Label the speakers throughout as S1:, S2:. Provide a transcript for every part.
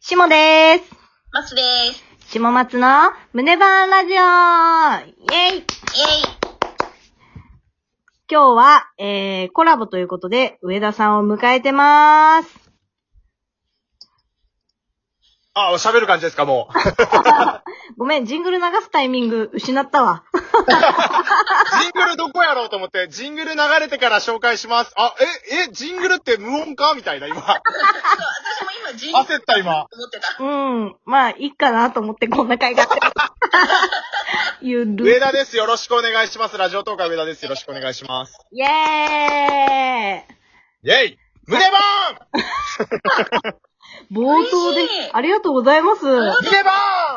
S1: しもでーす。
S2: マスです。
S1: しもまつの胸バーンラジオイェイ
S2: イェイ
S1: 今日は、えー、コラボということで、上田さんを迎えてまーす。
S3: あ、喋る感じですか、もう。
S1: ごめん、ジングル流すタイミング失ったわ。
S3: ジングルどこやろうと思って、ジングル流れてから紹介します。あ、え、え、ジングルって無音かみたいな、 今。
S2: 私も今、人
S3: 焦った、今。
S2: 思ってた。
S1: うん、まあ、いいかなと思ってこんな回があ って。ゆる。
S3: 上田です。よろしくお願いします。ラジオ東海上田です。よろしくお願いします。
S1: イェーイ
S3: イェイ胸バ
S1: 冒頭で
S2: 嬉しい、
S1: ありがとうございます。
S3: ーン胸バ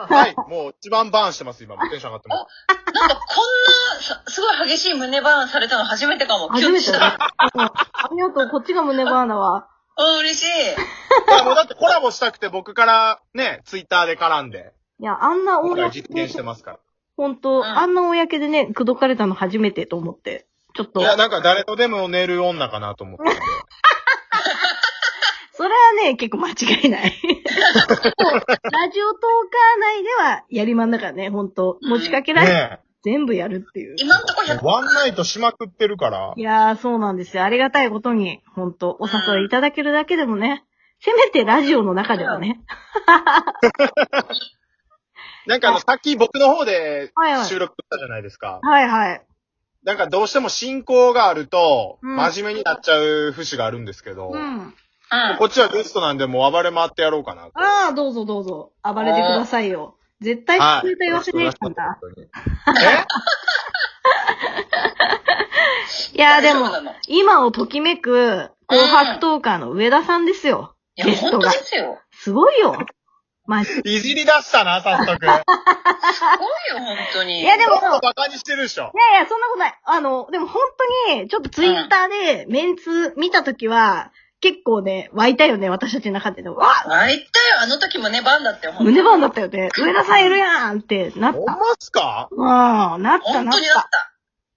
S3: ーンはい、もう一番バーンしてます、今。もうテンション上がってま
S2: なんか、こんなさ、すごい激しい胸バーンされたの初めてかも。
S1: 初め
S2: キ
S1: て
S2: ュンとし
S1: だね。
S2: た。
S1: うんありがとう、こっちが胸バーンだわ。
S2: うん、嬉しい。
S3: す。いや、もうだってコラボしたくて僕からね、ツイッターで絡んで、
S1: いや、あんな
S3: 今
S1: 公
S3: 回実現してますか
S1: ほんと、
S2: うん
S1: あんな公でね、口説かれたの初めてと思って。ちょっと
S3: ら。い。や、なんか誰とでも寝る女かなと思って。
S1: それはね、結構間違いない。ラジオトーカー内ではやりまんだからね、ほんと。持ちかけられ、
S3: ね
S1: 全部やるっていう。
S2: 今んとこ
S3: え
S2: 100、。
S3: ワンナイトしまくってるから
S1: い。やー、そうなんですよ。ありがたいことに、ほんと、お誘いいただけるだけでもね、せめてラジオの中ではね。
S3: なんかあの、さっき僕の方で
S1: はいはい
S3: 収録したじゃないですか。
S1: はいはい。
S3: なんかどうしても信仰があると、
S1: うん
S3: 真面目になっちゃう節があるんですけど、
S1: うん。
S2: うん。
S3: こっちはゲストなんでもう暴れ回ってやろうかな。
S1: あー、どうぞどうぞ、暴れてくださいよ。絶対聞いた言わせないかんだ。いやー、でも
S2: 大丈夫なの、
S1: 今をときめく、紅白トーカーの上田さんですよ。
S2: いや、
S1: ゲス
S2: 本
S1: ト
S2: 当
S1: が
S2: ですよ。
S1: すごいよ。マジ。
S3: え いじり出したな、早 速。い
S2: すごいよ、本当に。
S1: いや、でも、い
S3: もバカにしてるでしょ。
S1: やいや、そんなことない。あの、でも本当に、ちょっとツイッターでメンツ見たときは、結構ね、湧いたよね、私たちの中でね。わあ
S2: あ、言ったよ、あの時胸バーンだったよ、本当に。
S1: 胸バーンだったよね。上田さんいるやんってなっ
S3: ほん
S1: た。
S3: まっすか
S1: うん、なった
S2: 本
S1: なっ。
S2: 当になったた。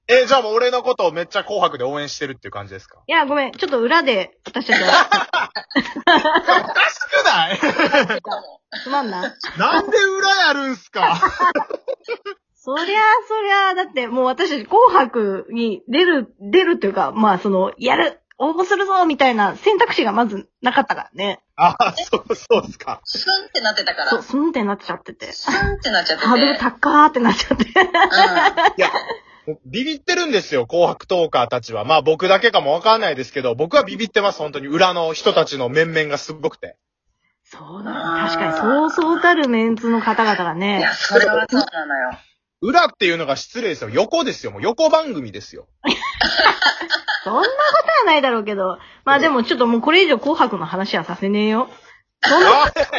S3: え、じゃあもう俺のことをめっちゃ紅白で応援してるっていう感じですか
S1: いや、ごめん。ちょっと裏で、私たちは、
S3: おかしくない
S1: すまんな。
S3: なんで裏やるんすか
S1: そりゃ、そりゃ、だって、もう私たち紅白に出る、出るっていうか、まあ、その、やる、応募するぞ、みたいな選択肢がまずなかったからね。
S3: あ、そう、そうっすか。
S2: スンってなってたから。
S1: そう、スンってなっちゃってて。
S2: スンってなっちゃってて。
S1: ハードル高ーってなっちゃって。
S2: うん
S3: いや、ビビってるんですよ、紅白トーカーたちは。まあ僕だけかもわかんないですけど、僕はビビってます、本当に。裏の人たちの面々がすごくて。
S1: そうだね。確かに、そうそうたるメンツの方々が
S2: い
S1: ね
S2: や、。それはそうなのよ。
S3: 裏っていうのが失礼ですよ。横ですよ。もう横番組ですよ。
S1: そんなことはないだろうけど。まあでもちょっともうこれ以上紅白の話はさせねえよ。そんな、
S3: あ
S1: 紅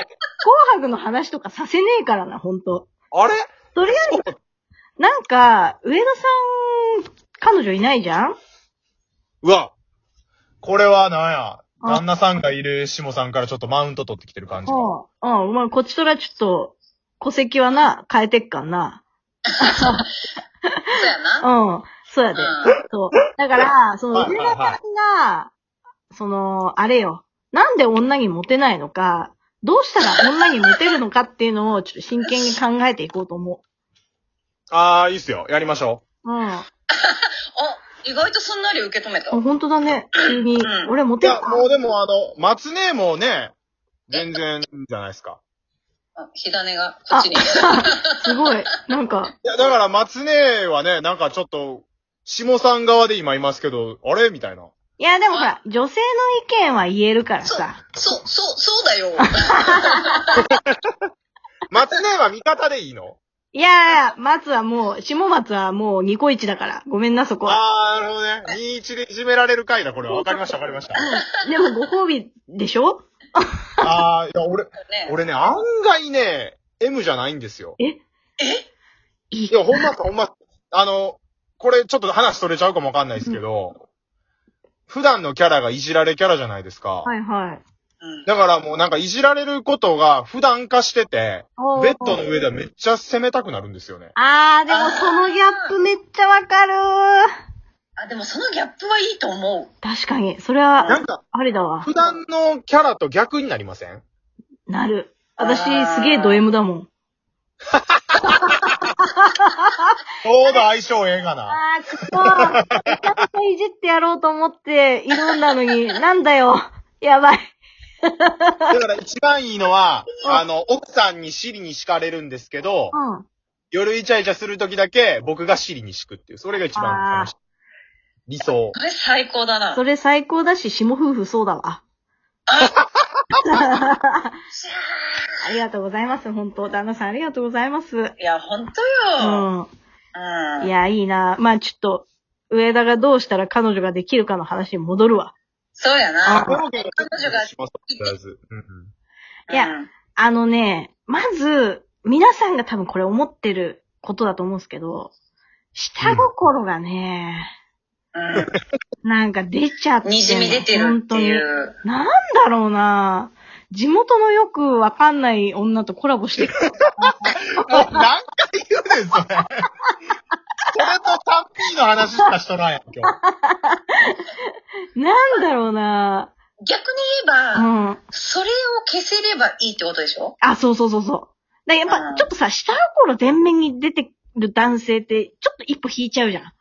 S1: 白の話とかさせねえからな、ほんと。
S3: あれ
S1: とりあえず、なんか、上田さん、彼女いないじゃん
S3: うわ。これはなんや。旦那さんがいる下さんからちょっとマウント取ってきてる感じが。
S1: うん。うん、お前こっちとらちょっと、戸籍はな、変えてっかんな。
S2: そうやな。
S1: うん。 そうやで。
S2: うん
S1: そう。だから、その、
S3: はい
S1: 上
S3: は
S1: 田
S3: い
S1: さ
S3: は
S1: んが、その、あれよ。なんで女にモテないのか、どうしたら女にモテるのかっていうのを、ちょっと真剣に考えていこうと思
S3: ああ、いいっすよ。やりましょ
S1: う。うん。あ、
S2: お、意外とすんなり受け止めた。
S1: 本当だね。急に
S2: う。ん
S1: 俺モ
S3: う。い
S1: テる
S3: や、
S1: か
S3: もうでもあの、松姉もね、全然いいんじゃないですか。
S2: あ火種が、こっちに。
S1: すごい。なんか、
S3: いや、だから松姉はね、なんかちょっと、下さん側で今いますけど、あれみたいな。
S1: いや、でもほら、女性の意見は言えるから
S2: そう
S1: さ。、
S2: そう、そう、そうだよ。
S3: 松姉は味方でいいの
S1: いやいや、松はもう、下松はもうニコイチだから。ごめんな、そこは。
S3: ああ、なるほどね。21でいじめられる回だ、これは。わかりました、わかりました。
S1: でもご褒美でしょ
S3: ああ、いや、俺、
S2: ね、
S3: 俺ね、案外ね、M じゃないんですよ。
S1: いい
S3: いや、ほんまっすほんまっすあの、これちょっと話それちゃうかもわかんないですけど、普段のキャラがいじられキャラじゃないですか。
S1: はいはい。
S2: うん
S3: だからもうなんかいじられることが普段化してて、
S1: おー
S3: ベッドの上ではめっちゃ攻めたくなるんですよね。
S1: あー、でもそのギャップめっちゃわかる
S2: あ、でもそのギャップはいいと思う。
S1: 確かに、それ
S3: な
S1: は
S3: ん、か
S1: ありだわ
S3: 普。段のキャラと逆になりません
S1: なる。私
S2: あー
S1: すげえド M だもん。
S3: ちょうど相性ええがな。
S1: あー、くそー。めちゃめちゃいじってやろうと思って挑んだの に、なんだよ。やばい。
S3: だから一番いいのは、
S1: うん
S3: あの、奥さんに尻に敷かれるんですけど、
S1: うん。
S3: 夜イチャイチャするときだけ僕が尻に敷くっていう、それが一番楽しい。理想。
S2: それ最高だな。
S1: それ最高だし、下夫婦そうだわ。ありがとうございます。本当旦那さんありがとうございます。う
S2: いや、ほんとよ。
S1: ん。
S2: うん。
S1: いや、いいな。まあちょっと、上田がどうしたら彼女ができるかの話に戻るわ。
S2: そうや
S1: あ
S2: な。
S1: 彼
S3: 女が
S2: が
S3: します、とりあえず。うんうん
S1: いや
S2: うん
S1: あのね、まず、皆さんが多分これ思ってることだと思うんですけど、下心がね、
S2: うん。
S1: なんか出ちゃってんの。
S2: にじみ出てるってい
S1: 本
S2: う。
S1: 当に。なんだろうな地元のよくわかんない女とコラボ してる。
S3: もう何回言うねん、それ。それと 3P の話しかしとらんやん、今日。
S1: なんだろうな
S2: 逆
S1: う
S2: に言えば、
S1: ん。
S2: それを消せればいいってことでしょ
S1: あ、そうそうそうそう。だやっ
S2: う
S1: ぱ、
S2: ん
S1: ちょっとさ、下心前面に出てる男性って、ちょっと一歩引いちゃうじゃん。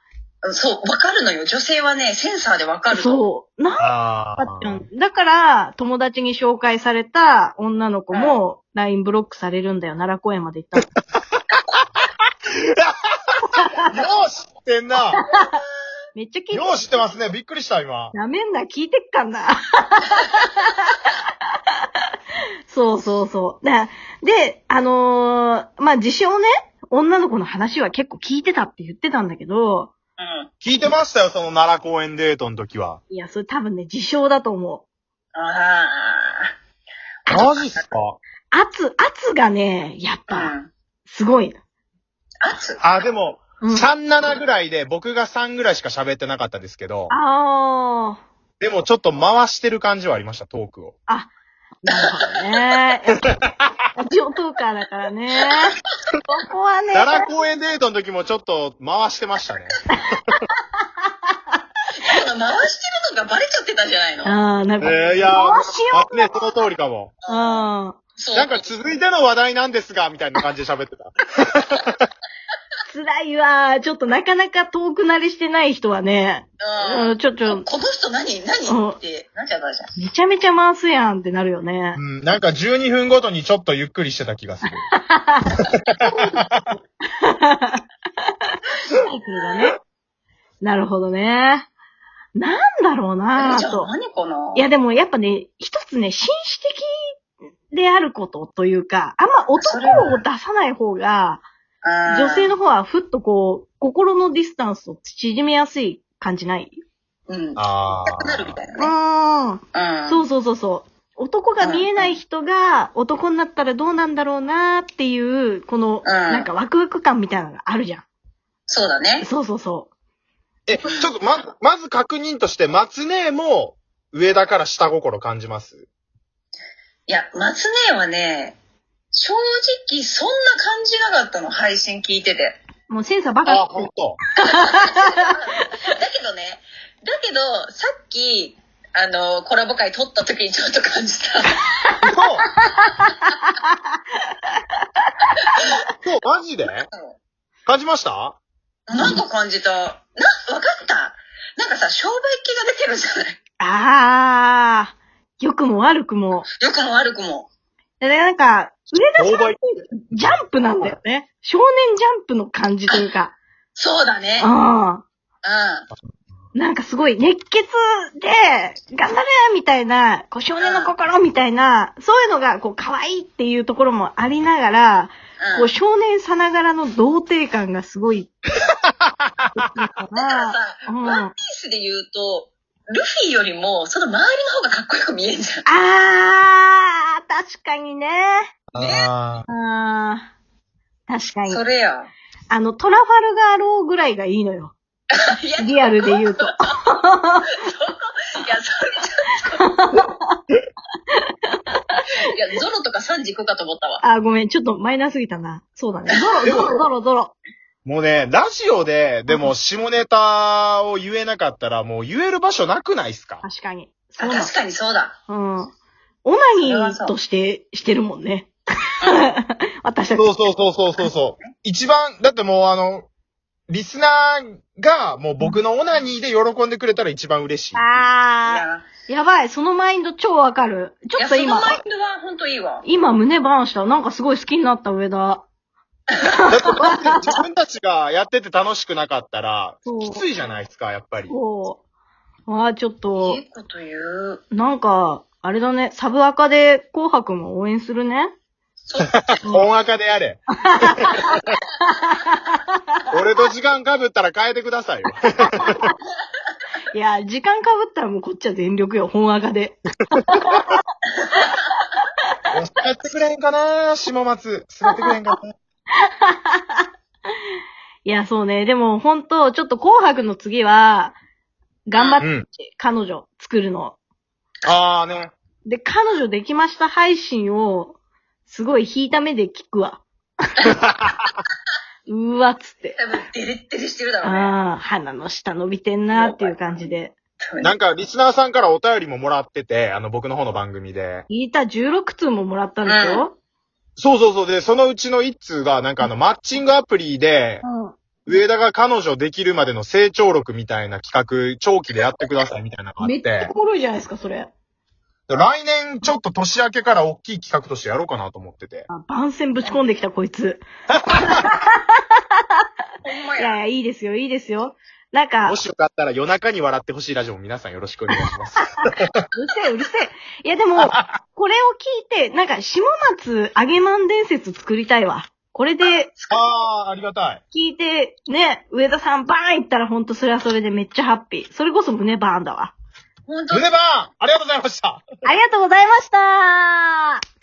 S2: そう、わかるのよ。女性はね、センサーでわかるの。
S1: そう。なん
S3: あ
S1: かってんだから、友達に紹介された女の子も、LINE ブロックされるんだよ。奈良公園まで行ったの。
S3: よう知ってんな。
S1: めっちゃ聞いて
S3: よう知ってますね。びっくりした、今。
S1: なめんな、聞いてっかんな。 そうそうそう。なで、あのーまあ、自称ね、女の子の話は結構聞いてたって言ってたんだけど、
S2: うん。
S3: 聞いてましたよ、その奈良公園デートの時は。
S1: いや、それ多分ね、自称だと思う。
S2: あ
S3: マジっすか
S1: 圧、圧がね、やっ
S2: あ。う
S1: ぱ、
S2: ん。
S1: すごい。
S2: 圧
S3: あ、でも、
S1: うん、あ
S3: 37ぐらいで、僕が3ぐらいしか喋ってなかったですけど、
S1: あ
S3: でもちょっと回してる感じはありました、トークを。
S1: ー、なるほどね。ラジオトーカーだからね。ここはね、
S3: 奈良公園デートの時もちょっと 回してましたね。
S2: 多分回してるのがバレちゃってたんじゃないの
S1: あーなんか、
S3: えー、いや
S1: どうしよ
S3: ね、その通りかも。
S1: う。うん。
S2: そう。
S3: なんか続いての話題なんですが、みたいな感じで喋 ってた。
S1: 辛いわ。ちょっとなかなか遠く慣れしてない人はね、
S2: う
S1: うんん、。ちょちょ、
S2: この人何
S1: うん
S2: 何ってなっちゃったじゃん。
S1: めちゃめちゃ回すやんってなるよね
S3: う。ん、なんか12分ごとにちょっとゆっくりしてた気がする。
S1: サイクルがね。なるほどね。なんだろうな
S2: じゃ
S1: ぁと
S2: あ。何かない
S1: やでもやっぱね、一つね、紳士的であることというか、あんま男を出さない方が、女性
S2: の。
S1: の方はふっとこう、心のディスタンスを縮めやすい感じない
S2: うん。痛
S3: ああ。
S2: くな るみたいなね。
S1: うん。
S2: うん。
S1: そうそうそうそう。男が見えない人が男になったらどうなんだろうなーっていう、この、
S2: うん
S1: なんかワクワク感みたいなのがあるじゃ
S2: そうだ
S1: ん。
S2: ね。
S1: そうそうそ
S3: え、ちょっとま、まず確認として、松姉も上だから下心感じます。
S2: いや、松姉はね、正直そんな感じなかったの、配信聞いてて。
S1: う。もうセンサーバ
S3: あ、
S1: カ。
S3: ほんと。
S2: だけどね、だけど、さっき、あの、コラボ会撮った時にちょっと感じ た。
S3: そう。 そう、マジで感じました
S2: なんか感じた。な、わかったなんかさ、商売気が出てるじゃない
S1: あー、良くも悪くも。
S2: 良くも悪くも。
S1: で、なんか、上田
S3: 商
S1: さんっ
S3: 売
S1: てジャンプなんだよね。少年ジャンプの感じというか。
S2: そうだね。
S1: う。
S2: うん
S1: なんかすごい熱血で、頑張れみたいな、こう少年の心みたいな、そういうのがこう可愛いっていうところもありながら、
S2: ん。
S1: こ
S2: う。
S1: うん少年さながらの童貞感がすご い。か
S2: だから
S1: な
S2: さ、
S1: うん、
S2: ワン
S1: あ
S2: ピースで言うと、ルフィよりも、その周りの方がかっこよく見えんじゃん。
S1: あー、確かにね。
S3: あ
S1: あー確かに。
S2: それや。
S1: あの、トラファルガーローぐらいがいいのよ。
S2: いや、い
S1: リアルで言うと。
S2: や、それ ちょっと。いや、ゾロとかサンジ行くかと思ったわ。
S1: あー、ごめん。ちょっとマイナーすぎたな。そうだね。ゾロ、ゾロ、ゾロ、ゾロ。
S3: もうね、ラジオで、でも下ネタを言えなかったら、もう言える場所なくないっすか
S1: 確かに。そ
S2: あ
S1: うだ
S2: 確。かにそうだ。
S1: うん。オナニーとして、してるもんね。私たち。
S3: そうそうそうそうそうそう。一番、だってもうあの、リスナーがもう僕のオナニーで喜んでくれたら一番嬉しい。
S1: あ
S2: や
S1: ー、やばい。そのマインド超わかる。ち
S2: い
S1: ょ
S2: や
S1: っと
S2: その
S1: 今、
S2: マインドは本当いいわ。
S1: 今胸バーンした。なんかすごい好きになった上田。
S3: だってだって自分たちがやってて楽しくなかったら、
S1: そう
S3: きついじゃないですか、やっぱり。
S1: そう。ああ、ちょっと
S2: い、いこと言う。
S1: なんか、あれだね、サブアカで紅白も応援するね。
S2: そう。
S3: 本赤で やれ。俺と時間かぶったら変えてくださいよ。
S1: いや、時間かぶったらもうこっちは全力よ、本赤で。
S3: やってくれへんかな下松。滑ってくれへんかない
S1: や、そうね。でも、ほんと、ちょっと紅白の次は、頑張って、
S3: うん
S1: 彼女作るの。
S3: あーね。
S1: で、彼女できました配信を、すごい引いた目で聞くわ。うーわ、つって。
S2: 多分、デレッデレしてるだろうね。
S1: ああ、鼻の下伸びてんなーっていう感じで。
S2: 多分ね
S3: なんか、リスナーさんからお便りももらってて、あの、僕の方の番組で。
S1: 聞いた16通ももらったんですよ。
S3: そうそうそう。で、そのうちの一通が、なんかあの、マッチングアプリで、
S1: うん。
S3: 上田が彼女できるまでの成長録みたいな企画、長期でやってくださいみたいなのがあ
S1: め
S3: っ
S1: っちゃ
S3: て
S1: お、もろいじゃないですか、それ。
S3: 来年ちょっと年明けから大きい企画としてやろうかなと思ってて。
S1: あ、番宣ぶち込んできた、こいつ。
S2: ほんま
S1: いや
S2: や。
S1: いや、いいですよ、いいですよ。なんか、う
S3: も
S1: るせ
S3: しよかったら夜中に笑ってほしいラジオも皆さんよろしくお願いします。
S1: え、うるせえ。いや、でも、これを聞いて、なんか、下松あげまん伝説作りたいわ。これで、
S3: あー、ありがたい。
S1: 聞いて、ね、上田さんバーン行ったらほんとそれはそれでめっちゃハッピー。それこそ胸バーンだわ。
S2: ほんと
S3: 胸バーンありがとうございました
S1: ありがとうございました